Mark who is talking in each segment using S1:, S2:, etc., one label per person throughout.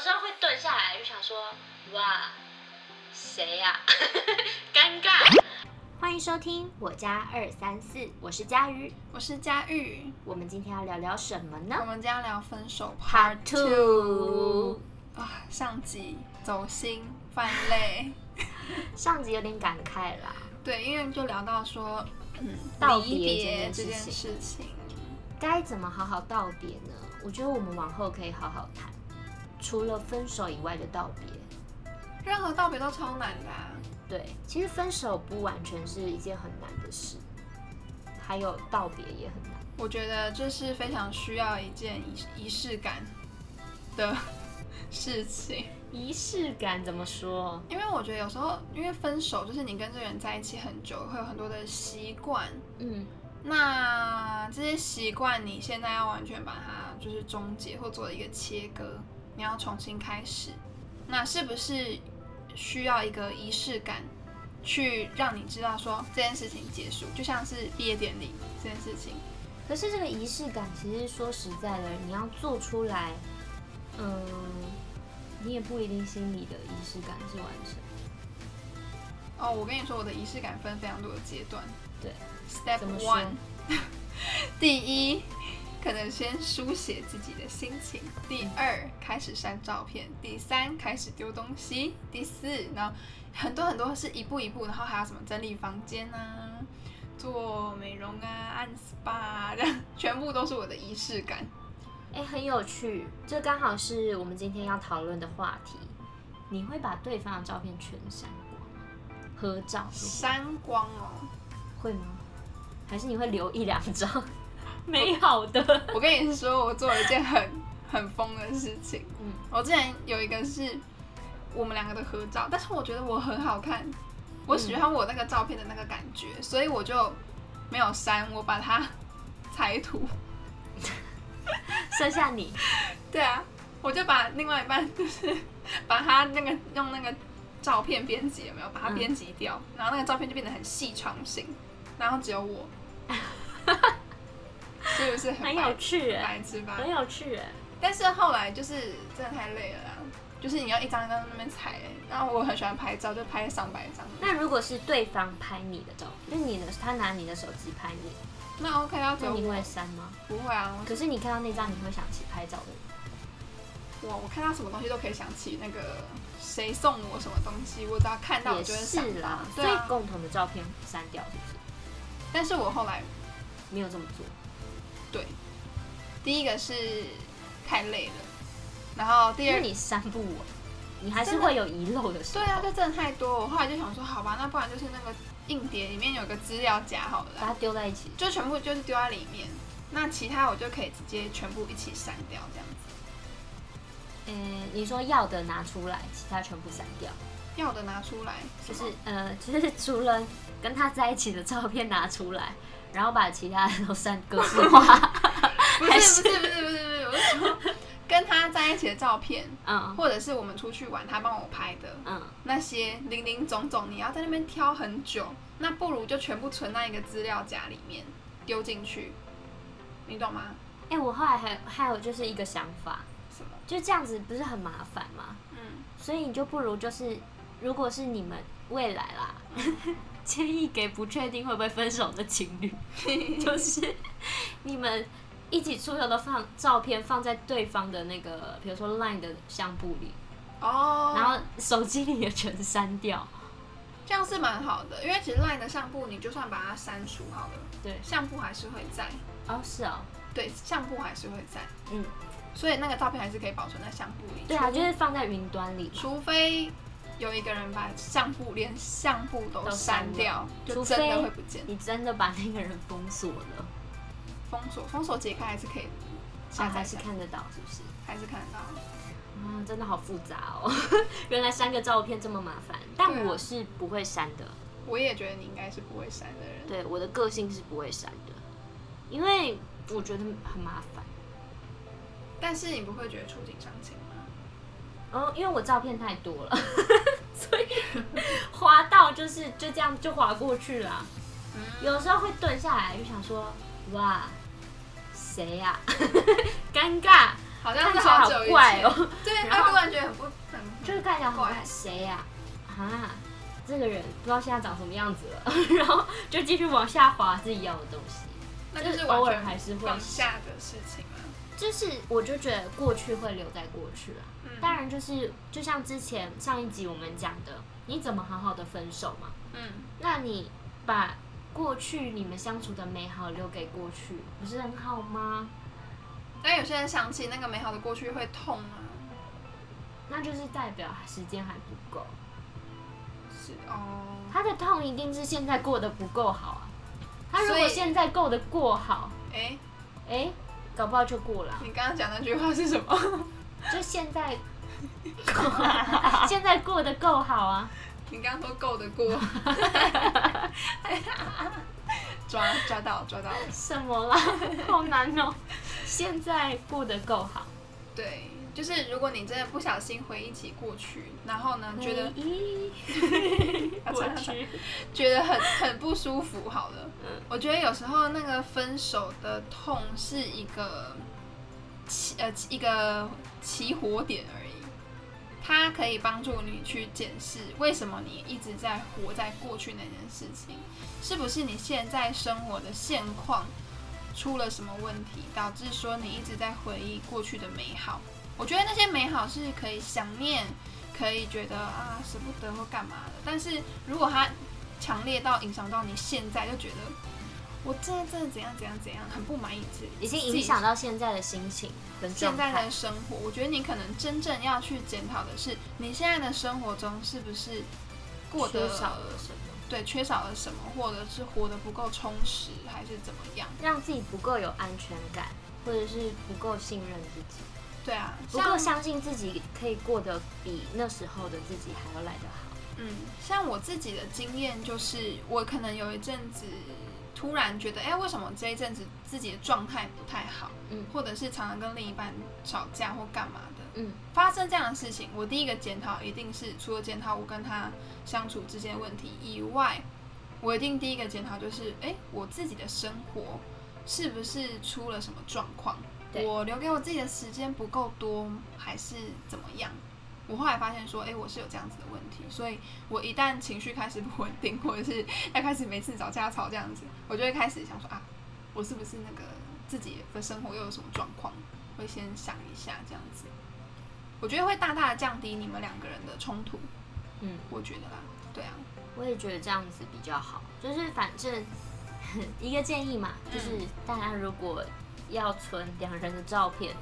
S1: 时候会顿下来，就想说，哇，谁呀、 尴尬。
S2: 欢迎收听我家二三四，我是佳瑜。
S3: 我是佳玉，
S2: 我们今天要聊聊什么
S3: 我
S2: 呢
S3: 们今天聊分手
S2: Part
S3: Part
S2: Two
S3: Two 啊，上集走心犯累，
S2: 上集有点感慨啦，
S3: 对，因为就聊到说，嗯，
S2: 道别
S3: 离别
S2: 这
S3: 这
S2: 件
S3: 件
S2: 事情
S3: 事情，
S2: 该怎么好好道别呢？我觉得我们往后可以好好谈，除了分手以外的道别。
S3: 任何道别都超难的、啊，
S2: 对，其实分手不完全是一件很难的事，还有道别也很难。
S3: 我觉得这是非常需要一件仪仪式感的 事情，
S2: 仪式感怎么说？
S3: 因为我觉得有时候，因为分手就是你跟这个人在一起很久，会有很多的习惯，
S2: 嗯，
S3: 那这些习惯，你现在要完全把它就是终结或做一个切割，你要重新开始。那是不是需要一个仪式感，去让你知道说这件事情结束？就像是毕业典礼这件事情，
S2: 可是这个仪式感，其实说实在的，你要做出来，嗯，你也不一定心里的仪式感是完成。
S3: 哦，我跟你说，我的仪式感分非常多的阶段。
S2: 对
S3: ，Step
S2: 怎么说
S3: One，第一，可能先书写自己的心情；第二，开始删照片；第三，开始丢东西；第四，然后很多很多是一步一步，然后还有什么整理房间啊、做美容啊、按 SPA 啊这样，全部都是我的仪式感。
S2: 哎，很有趣，这刚好是我们今天要讨论的话题。你会把对方的照片全删光吗？合照
S3: 删光哦！
S2: 会吗？还是你会留一两 张美好的？
S3: 我跟你说，我做了一件很很疯的事情。
S2: 嗯，
S3: 我之前有一个是我们两个的合照，但是我觉得我很好看，我
S2: 嗯
S3: 喜欢我那个照片的那个感觉，所以我就没有删，我把它 裁图。
S2: 剩下你，
S3: 对啊，我就把另外一半就是把它那个用那个照片编辑有没有把它
S2: 嗯
S3: 编辑掉，然后那个照片就变得很细长型，然后只 有我，是不是很
S2: 很
S3: 白
S2: 有趣哎，
S3: 白痴 吧？
S2: 很有趣哎。
S3: 但是后来就是真的太累了啦，就是你要一张一张在那边裁、然后我很喜欢拍照，就拍上百张。
S2: 那如果是对方拍你的照片，就是你的，他拿你的手机拍你，
S3: 那 OK 啊，只
S2: 那
S3: 有
S2: 你
S3: 我
S2: 会删吗？
S3: 不会啊，
S2: 可是你看到那张，你会想起拍照的
S3: 我我看到什么东西都可以想起那个谁送我什么东西，我只要看到我
S2: 也
S3: 就会想
S2: 是啦
S3: 到。，
S2: 所
S3: 对
S2: 以
S3: 啊，
S2: 共同的照片删掉是不是？
S3: 但是我后来
S2: 没有这么做，
S3: 对，第一个是太累了，然后第
S2: 因
S3: 二
S2: 为你删不完，你还是
S3: 真的
S2: 会有遗漏的时
S3: 对
S2: 候。
S3: 啊，这真的太多，我后来就想说，好吧，那不然就是那个硬碟里面有个资料夹好了啦
S2: 把。它丢在一起。
S3: 就全部就是丢在里面。那其他我就可以直接全部一起删掉，这样子。
S2: 嗯，你说要的拿出来，其他全部删掉，
S3: 要的拿出来，
S2: 就是呃，就是除了跟他在一起的照片拿出来，然后把其他的都删格式 化。
S3: 不
S2: 还是
S3: 是不是不是不是不是，我是说跟他在一起的照片，
S2: 嗯
S3: 或者是我们出去玩他帮我拍的
S2: 嗯，
S3: 那些零零总总，你要在那边挑很久，那不如就全部存在一个资料夹里面丢进去，你懂吗？
S2: 哎、我后来还还有就是一个想法，
S3: 什么？
S2: 就这样子不是很麻烦吗？
S3: 嗯，
S2: 所以你就不如就是，如果是你们未来啦， 建议给不确定会不会分手的情 侣，就是你们一起出游的放照片放在对方的那个，比如说 LINE 的相簿里，
S3: 哦，
S2: 然后手机里的全删掉。
S3: 这样是蛮好的，因为其实 LINE 的相簿你就算把它删除好了，
S2: 对，
S3: 相簿还是会在，
S2: 哦，是哦，
S3: 对，相簿还是会在。
S2: 嗯，
S3: 所以那个照片还是可以保存在相簿里。
S2: 对啊，
S3: 除
S2: 就是放在云端里嘛，
S3: 除非有一个人把相簿连相簿都
S2: 都删
S3: 删
S2: 了
S3: 掉，
S2: 除
S3: 就
S2: 非
S3: 真的会不见。
S2: 你真的把那个人封锁了，
S3: 封锁封锁解开还是可以
S2: 啊
S3: 下载
S2: 还是
S3: 下来，
S2: 看得到，是不是？
S3: 还是看得到。
S2: 啊，真的好复杂哦！ 原来删个照片这么麻烦，但
S3: 对啊
S2: 我是不会删的。
S3: 我也觉得你应该是不会删的人。
S2: 对，我的个性是不会删的，因为我觉得很麻烦。
S3: 但是你不会觉得触景伤情吗？
S2: 然嗯后因为我照片太多了， 所以滑到就是就这样就滑过去了。
S3: 嗯，
S2: 有时候会顿下来，就想说，哇，谁呀、尴尬，
S3: 好像
S2: 看
S3: 是
S2: 起来好
S3: 久以
S2: 怪
S3: 前。
S2: 哦。
S3: 对，
S2: 然后
S3: 他突然觉得
S2: 谁呀、啊？这个人不知道现在长什么样子了， 然后就继续往下滑是一样的东西。
S3: 那就是
S2: 就是
S3: 完
S2: 偶尔
S3: 全
S2: 还是会
S3: 放下的事情啊。
S2: 就是我就觉得过去会留在过去啊了。
S3: 嗯
S2: 当然，就是就像之前上一集我们讲的，你怎么好好的分手嘛？
S3: 嗯，
S2: 那你把过去你们相处的美好留给过去，不是很好吗？
S3: 那有些人想起那个美好的过去会痛啊，
S2: 那就是代表时间还不够，
S3: 是哦。
S2: 他的痛一定是现在过得不够好啊。他如
S3: 所
S2: 果
S3: 以
S2: 现在过得过好，
S3: 哎，
S2: 哎、搞不好就过了啊。
S3: 你刚刚讲那句话是什么？
S2: 就现在，现在过得够好啊。
S3: 你刚刚说够得 过，抓抓到抓到，
S2: 什么啦？好难哦、现在过得够好，
S3: 对，就是如果你真的不小心回忆起过去，然后呢觉得啊
S2: 咦，嗯过去
S3: 觉得很很不舒服。好了
S2: 嗯，
S3: 我觉得有时候那个分手的痛是一个起呃一个起火点而已，它可以帮助你去检视为什么你一直在活在过去那件事情，是不是你现在生活的现况出了什么问题，导致说你一直在回忆过去的美好。我觉得那些美好是可以想念，可以觉得啊舍不得或干嘛的，但是如果它强烈到影响到你现在，就觉得我真的真的怎样怎样怎样，很不满意自己，
S2: 已经影响到现在的心情跟状
S3: 现在
S2: 态
S3: 的。生活。我觉得你可能真正要去检讨的是，你现在的生活中是不是过得
S2: 缺少了什么，
S3: 对缺少了什么，或者是活得不够充实，还是怎么样？
S2: 让自己不够有安全感，或者是不够信任自己，
S3: 对啊，
S2: 不够相信自己可以过得比那时候的自己还要来得好。
S3: 嗯，像我自己的经验就是，我可能有一阵子突然觉得，哎、为什么这一阵子自己的状态不太好，
S2: 嗯
S3: 或者是常常跟另一半吵架或干嘛的。
S2: 嗯
S3: 发生这样的事情，我第一个检讨一定是除了检讨我跟他相处之间的问题以外，我一定第一个检讨就是，哎、我自己的生活是不是出了什么状况？
S2: 对
S3: 我留给我自己的时间不够多，还是怎么样？我后来发现说，哎、我是有这样子的问题，所以我一旦情绪开始不稳定，或者是要开始每次找架吵这样子，我就会开始想说啊，我是不是那个自己的生活又有什么状况？会先想一下这样子，我觉得会大大的降低你们两个人的冲突，
S2: 嗯，
S3: 我觉得啦，对啊，
S2: 我也觉得这样子比较好，就是反正 一个建议嘛，就是大家如果要存两人的照片，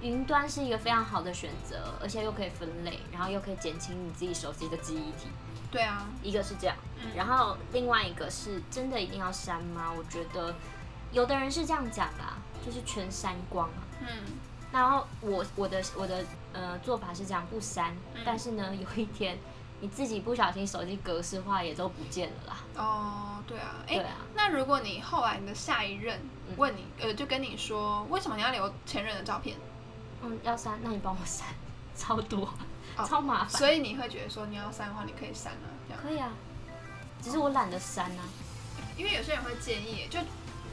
S2: 云端是一个非常好的选择，而且又可以分类，然后又可以减轻你自己手机的记忆体。
S3: 对啊，
S2: 一个是这样，
S3: 嗯
S2: 然后另外一个是真的一定要删吗？我觉得有的人是这样讲啦，就是全删光啊。
S3: 嗯，
S2: 然后我我的我的呃做法是这样，不删，
S3: 嗯
S2: 但是呢，有一天你自己不小心手机格式化也都不见了啦。
S3: 哦，对啊，哎、
S2: 对啊，
S3: 那如果你后来你的下一任
S2: 嗯
S3: 问你，呃，就跟你说为什么你要留前任的照片，
S2: 嗯，要删，那你帮我删， 超多，
S3: 哦
S2: 超麻烦。
S3: 所以你会觉得说你要删的话，你可以删啊，这样，
S2: 可以啊，只是我懒得删啊。
S3: 因为有些人会介意，就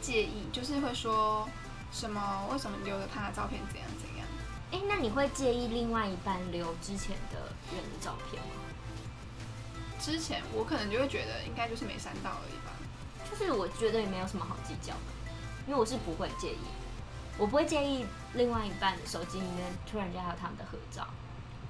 S3: 介意，就是会说什么为什么你留着他的照片怎样怎样，
S2: 哎、那你会介意另外一半留之前的人的照片吗？
S3: 之前我可能就会觉得应该就是没删到而已吧，
S2: 就是我觉得也没有什么好计较的，因为我是不会介意，我不会介意另外一半的手机里面突然间还有他们的合照。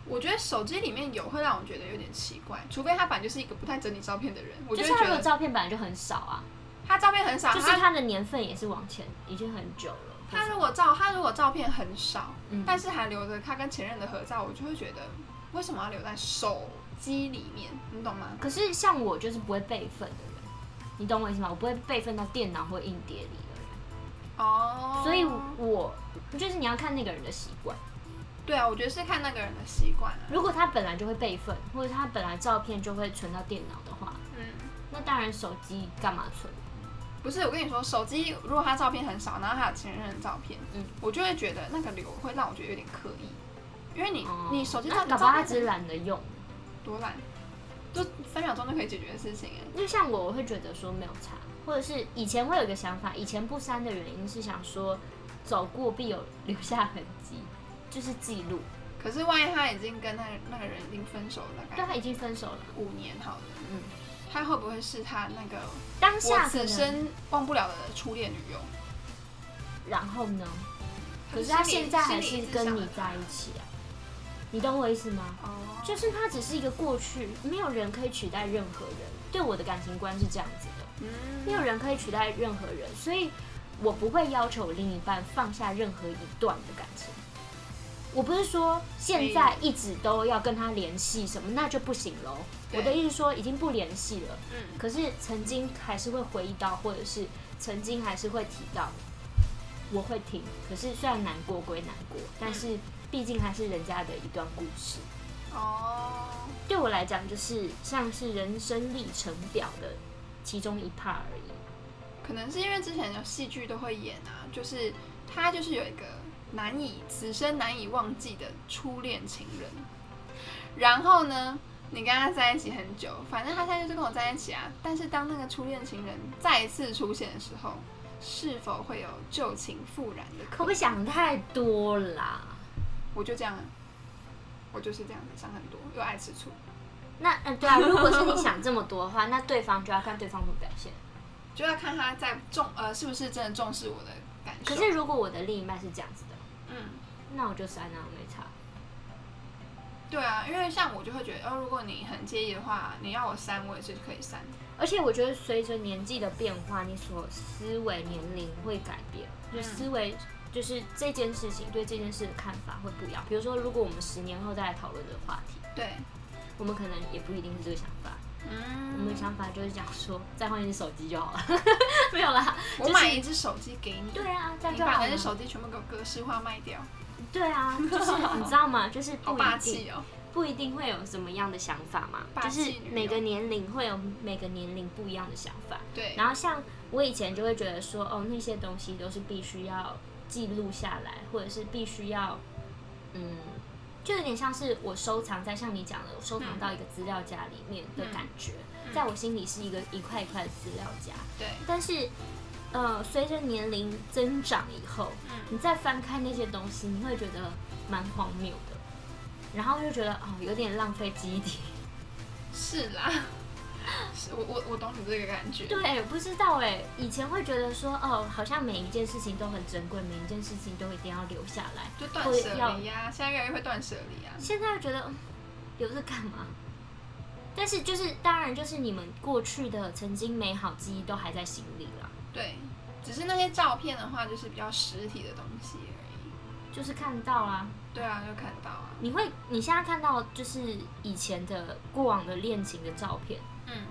S3: 我觉得手机里面有会让我觉得有点奇怪，除非他本来就是一个不太整理照片的人，我
S2: 就
S3: 会
S2: 是他
S3: 觉
S2: 如果
S3: 得
S2: 照片本来就很少啊，
S3: 他照片很少，
S2: 就是
S3: 他
S2: 他的年份也是往前已经很久了。
S3: 他如果照他如果照片很少，
S2: 嗯
S3: 但是还留着他跟前任的合照，我就会觉得为什么要留在手机里面，你懂吗？
S2: 可是像我就是不会备份的人，你懂我意思吗？我不会备份到电脑或硬碟里的人。
S3: 哦，
S2: 所以我就是你要看那个人的习惯。
S3: 对啊，我觉得是看那个人的习惯啊，
S2: 如果他本来就会备份，或者他本来照片就会存到电脑的话，
S3: 嗯。
S2: 那当然手机干嘛存？
S3: 不是，我跟你说，手机如果他照片很少，然后还有前任的照片，
S2: 嗯
S3: 我就会觉得那个留会让我觉得有点刻意，因为你、
S2: 哦
S3: 你手机
S2: 那
S3: 上
S2: 搞不好他只是懒得用。
S3: 多懒，就三秒钟就可以解决的事情哎。
S2: 因为像我，我会觉得说没有差，或者是以前会有一个想法，以前不删的 原因是想说走过必有留下痕迹，就是记录。
S3: 可是万一他已经跟那个那个人已经分手了，大
S2: 对啊
S3: 概
S2: 他已经分手了，
S3: 五年好了，
S2: 嗯，
S3: 他会不会是他那个
S2: 当
S3: 我
S2: 下可
S3: 此
S2: 能，
S3: 生忘不了的初恋女友？
S2: 然后呢？可是他现在还
S3: 心
S2: 是
S3: 里
S2: 跟你
S3: 一直想
S2: 在一起啊，你懂我意思吗？
S3: 哦，
S2: 就是他只是一个过去，没有人可以取代任何人。对我的感情观是这样子的，
S3: 嗯，
S2: 没有人可以取代任何人，所以我不会要求另一半放下任何一段的感情。我不是说现在一直都要跟他联系什么，那就不行喽。
S3: 对
S2: 我的意思说已经不联系了，
S3: 嗯，
S2: 可是曾经还是会回忆到，或者是曾经还是会提到，我会听。可是虽然难过归难过，但是毕竟还是人家的一段故事。
S3: 哦，
S2: 对我来讲，就是像是人生历程表的其中一 part 而已。
S3: 可能是因为之前有戏剧都会演啊，就是他就是有一个难以此生难以忘记的初恋情人，然后呢，你跟他在一起很久，反正他现在就是跟我在一起啊。但是当那个初恋情人再次出现的时候，是否会有旧情复燃的
S2: 可不
S3: 可能
S2: 可以？想太多啦？
S3: 我就这样啊，我就是这样想很多，又爱吃醋。
S2: 那嗯， 对啊，如果是你想这么多的话，那对方就要看对方怎么表现。
S3: 就要看他在重呃是不是真的重视我的感受。
S2: 可是，如果我的另一半是这样子的，
S3: 嗯，
S2: 那我就删了，我没差。
S3: 对啊，因为像我就会觉得，哦，如果你很介意的话，你要我删，我也是可以删。
S2: 而且我觉得随着年纪的变化，你所思维年龄会改变，就
S3: 嗯
S2: 思维就是这件事情对这件事的看法会不一样。比如说，如果我们十年后再来讨论这个话题，
S3: 对，
S2: 我们可能也不一定是这个想法。我们
S3: 嗯
S2: 的想法就是讲说，再换一只手机就好了， 没有啦。
S3: 我买一只手机给你，
S2: 对啊，这样
S3: 你
S2: 就
S3: 把
S2: 好
S3: 那
S2: 了
S3: 只。手机全部给我格式化卖掉，
S2: 对 啊，就是你知道吗？就是
S3: 好
S2: 不
S3: 霸
S2: 一定
S3: 气哦。
S2: 不一定会有什么样的想法嘛，
S3: 霸
S2: 就
S3: 气
S2: 是
S3: 女哦
S2: 每个
S3: 友
S2: 年龄会有每个年龄不一样的想法。
S3: 对，
S2: 然后像我以前就会觉得说，哦，那些东西都是必须要记录下来，或者是必须要，嗯，就有点像是我收藏在像你讲的，我收藏到一个资料夹里面的感觉，
S3: 嗯
S2: 在我心里是一个一块一块的资料夹。
S3: 对，
S2: 但是，呃，随着年龄增长以后，
S3: 嗯，
S2: 你再翻看那些东西，你会觉得蛮荒谬的，然后就觉得哦，有点浪费记忆体。
S3: 是啦，是我我我懂你这个感觉。
S2: 对，不知道哎，以前会觉得说哦，好像每一件事情都很珍贵，每一件事情都一定要留下来。
S3: 就断舍离呀、啊，现在越来越会断舍离啊。
S2: 现在会觉得嗯留着干嘛？但是就是当然就是你们过去的曾经美好记忆都还在心里啦，
S3: 对，只是那些照片的话，就是比较实体的东西而
S2: 就是看到啦。
S3: 已。对啊，就看到啊。
S2: 你会你现在看到就是以前的过往的恋情的照片，
S3: 嗯，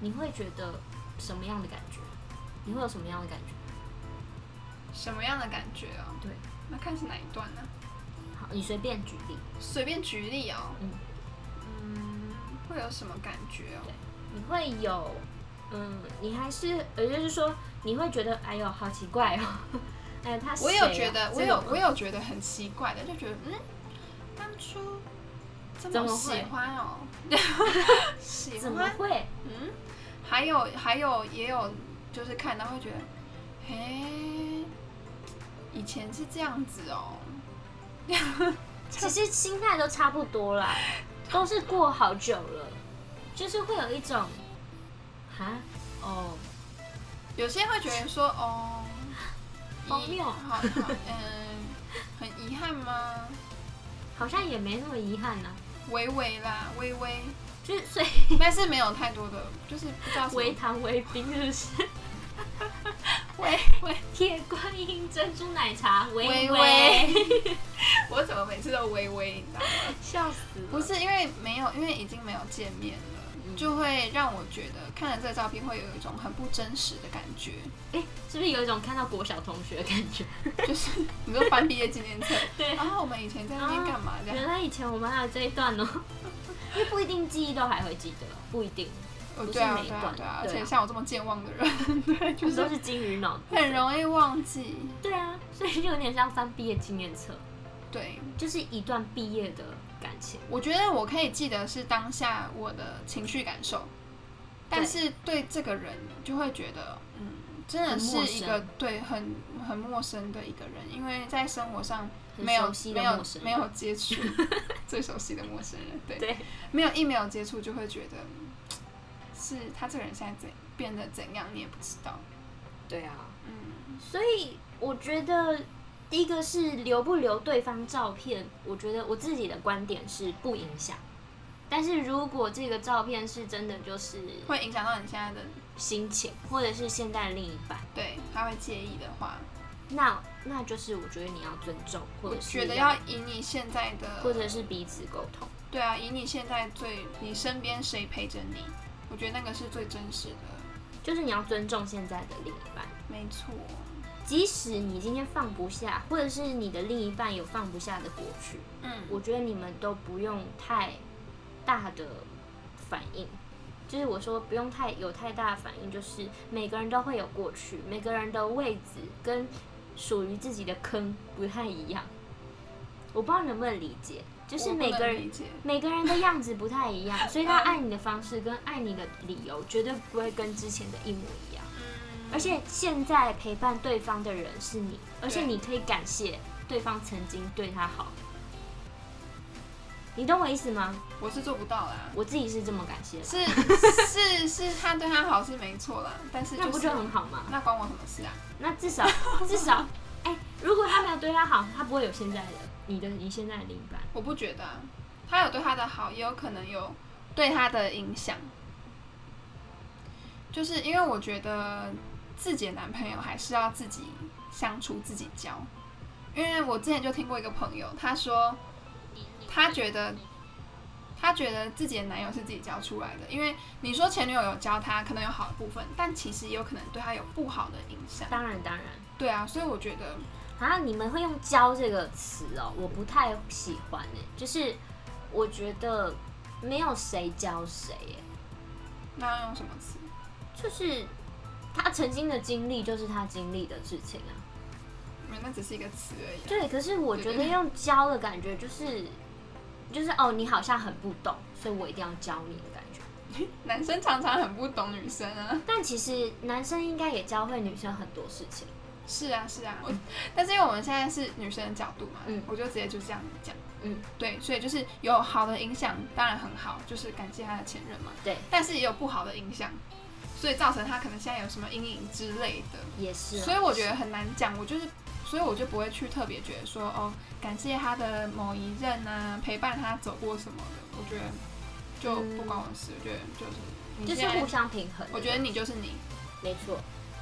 S2: 你会觉得什么样的感觉？你会有什么样的感觉？
S3: 什么样的感觉哦？
S2: 对，
S3: 那看是哪一段呢、
S2: 好，你随便举例，
S3: 随便举例哦。
S2: 嗯。
S3: 嗯，会有什么感觉哦？
S2: 你会有，嗯，你还是，也就是说，你会觉得，哎呦，好奇怪哦， 哎，他、
S3: 我
S2: 谁啊
S3: 有觉得，我
S2: 这
S3: 有
S2: 种
S3: 我有觉得很奇怪的，就觉得嗯，当初这
S2: 怎
S3: 么
S2: 么会
S3: 喜欢哦，喜
S2: 呃怎么
S3: 欢，
S2: 会？
S3: 嗯，还有还有也有就是看到会觉得，嘿，以前是这样子哦，
S2: 其实心态都差不多啦，都是过好久了，就是会有一种，哈，哦，
S3: 有些会觉得说 哦，
S2: 荒
S3: 遗
S2: 谬
S3: 好好嗯，很遗憾吗？
S2: 好像也没那么遗憾呢、
S3: 微微啦，微微。
S2: 就是所以
S3: 但是没有太多的，就是不知道什么
S2: 微糖微冰是不 是？
S3: 微微
S2: 铁观音珍珠奶茶，微
S3: 微
S2: 微，
S3: 微，我怎么每次都微微？你知道吗？
S2: 笑死了
S3: 不，是因为没有，因为已经没有见面了，就会让我觉得看了这个照片会有一种很不真实的感觉，
S2: 哎、是不是有一种看到国小同学的感觉？
S3: 就是 你说翻毕业纪 念册，
S2: 对
S3: 然后我们以前在那边干嘛这
S2: 原
S3: 样？
S2: 来以前我们还有这一段 哦，因为不一定记忆都还会记得，不一定，
S3: 哦
S2: 不是
S3: 对啊
S2: 每一
S3: 对啊
S2: 段
S3: 对啊，而
S2: 对啊
S3: 且像我这么健忘的 人，对，就
S2: 都
S3: 是
S2: 是金鱼脑。
S3: 很容易忘记，
S2: 对啊，所以就有点像翻毕业纪念册，
S3: 对。
S2: 就是一段毕业的感情。
S3: 我觉得我可以记得是当下我的情绪感受，但是对这个人就会觉得，嗯，真的是一
S2: 很陌
S3: 个
S2: 生
S3: 对很很陌生的一个人，因为在生活上
S2: 很
S3: 没有
S2: 熟悉
S3: 没
S2: 的
S3: 有
S2: 陌生人，
S3: 没有 接触最熟悉的陌生人，对，
S2: 对，
S3: 没有一没有接触就会觉得嗯是他这个人现在怎变得怎样，你也不知道。
S2: 对啊。
S3: 嗯，
S2: 所以我觉得第一个是留不留对方照片，我觉得我自己的观点是不影响。但是如果这个照片是真的就是
S3: 会影响到你现在的
S2: 心情，或者是现在的另一半，
S3: 对，他会介意的话，
S2: 那那就是我觉得你要尊重，或
S3: 我
S2: 者是
S3: 觉得要以你现在的，
S2: 或者是彼此沟通。
S3: 对啊，以你现在最你身边谁陪着你，我觉得那个是最真实的，
S2: 就是你要尊重现在的另一半，
S3: 没错。
S2: 即使你今天放不下，或者是你的另一半有放不下的过去，
S3: 嗯，
S2: 我觉得你们都不用太大的反应。就是我说不用太有太大的反应，就是每个人都会有过去，每个人的位置跟属于自己的坑不太一样。我不知道能不能理解，就是
S3: 我不
S2: 每个
S3: 能
S2: 人
S3: 理解
S2: 每个人的样子不太一样，所以他爱你的方式跟爱你的理由绝对不会跟之前的一模一样。
S3: 嗯，
S2: 而且现在陪伴对方的人是你，而且
S3: 对
S2: 你可以感谢对方曾经对他好。你懂我意思吗？
S3: 我是做不到啦。
S2: 我自己是这么感谢的，
S3: 是是是，他对他好是没错啦，但是、就是、
S2: 那不就很好吗？
S3: 那关我什么事啊？
S2: 那至 少至少，哎、如果他没有对他好，他不会有现在的你的你现在的另一半。
S3: 我不觉得、啊，他有对他的好，也有可能有对他的影响。就是因为我觉得自己的男朋友还是要自己相处、自己教。因为我之前就听过一个朋友，他说他觉得他觉得自己的男友是自己教出来的，因为你说前女友有教他，可能有好的部分，但其实也有可能对他有不好的影响。
S2: 当然当然
S3: 对啊，所以我觉得
S2: 啊，你们会用“教”这个词哦，我不太喜欢哎、就是我觉得没有谁教谁哎、
S3: 那要用什么词？
S2: 就是他曾经的经历就是他经历的事情啊。
S3: 没有那只是一个词而已啊、
S2: 对，可是我觉得用教的感觉就是，就是哦，你好像很不懂，所以我一定要教你的感觉。
S3: 男生常常很不懂女生啊。
S2: 但其实男生应该也教会女生很多事情。
S3: 是啊，是啊。我但是因为我们现在是女生的角度嘛，
S2: 嗯
S3: 我就直接就这样讲。
S2: 嗯，
S3: 对，所以就是有好的影响，当然很好，就是感谢他的前任嘛。
S2: 对，
S3: 但是也有不好的影响，所以造成他可能现在有什么阴影之类的。
S2: 也是啊、
S3: 所以我觉得很难讲，我就是，所以我就不会去特别觉得说，哦，感谢他的某一任啊，陪伴他走过什么的，我觉得就不关我的事，我觉得就是你
S2: 就是
S3: 现在
S2: 互相平衡的。
S3: 我觉得你就是你，
S2: 没错，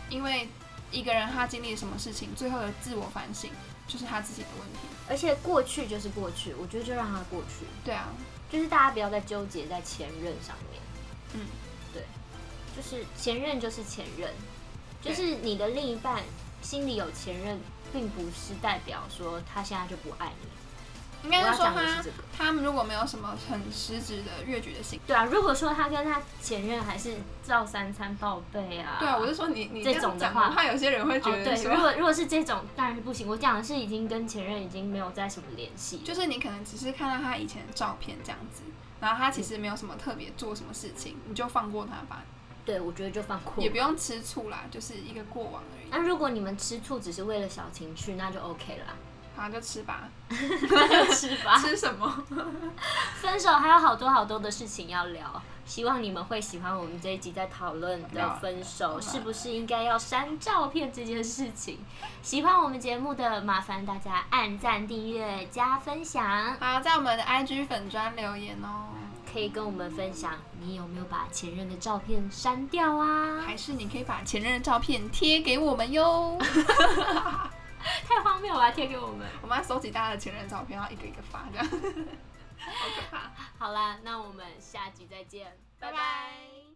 S3: 因为一个人他经历什么事情，最后的自我反省就是他自己的问题。
S2: 而且过去就是过去，我觉得就让它过去，
S3: 对啊，
S2: 就是大家不要再纠结在前任上面。
S3: 嗯，
S2: 就是前任就是前任，就是你的另一半心里有前任，并不是代表说他现在就不爱你。
S3: 应该是
S2: 我要
S3: 说
S2: 讲
S3: 他
S2: 的是这个
S3: 他们如果没有什么很实质的越矩的行，
S2: 对啊，如果说他跟他前任还是照三餐报备啊，
S3: 对啊，我是说你你
S2: 这
S3: 样
S2: 种的
S3: 讲
S2: 话
S3: 我怕有些人会觉
S2: 哦
S3: 得
S2: 对，
S3: 说，
S2: 如果如果是这种当然是不行。我讲的是已经跟前任已经没有在什么联系，
S3: 就是你可能只是看到他以前的照片这样子，然后他其实没有什么特别做什么事情，你就放过他吧，
S2: 对我觉得就放过
S3: 也。不用吃醋啦，就是一个过往而已，
S2: 那如果你们吃醋只是为了小情趣，那就 OK 啦，
S3: 好就吃吧，
S2: 那就 吃吧。
S3: 吃什么？
S2: 分手还有好多好多的事情要聊，希望你们会喜欢我们这一集在讨论的分手是不是应该要删照片这件事情。 喜欢我们节目的，麻烦大家按赞、订阅、加分享。
S3: 好，在我们的 IG 粉砖留言哦，
S2: 可以跟我们分享你有没有把前任的照片删掉啊？
S3: 还是你可以把前任的照片贴给我们哟。
S2: 太荒谬了，贴给我们。
S3: 我们要收集大家的前任照片，然后一个一个发， 这样好可怕。
S2: 好啦，那我们下集再见，拜
S3: 拜
S2: 拜
S3: 拜